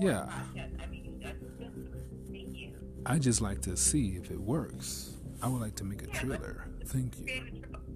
Yeah. podcast. I mean, that's good. Thank you. I just like to see if it works. I would like to make a trailer. Thank you. Creative trouble.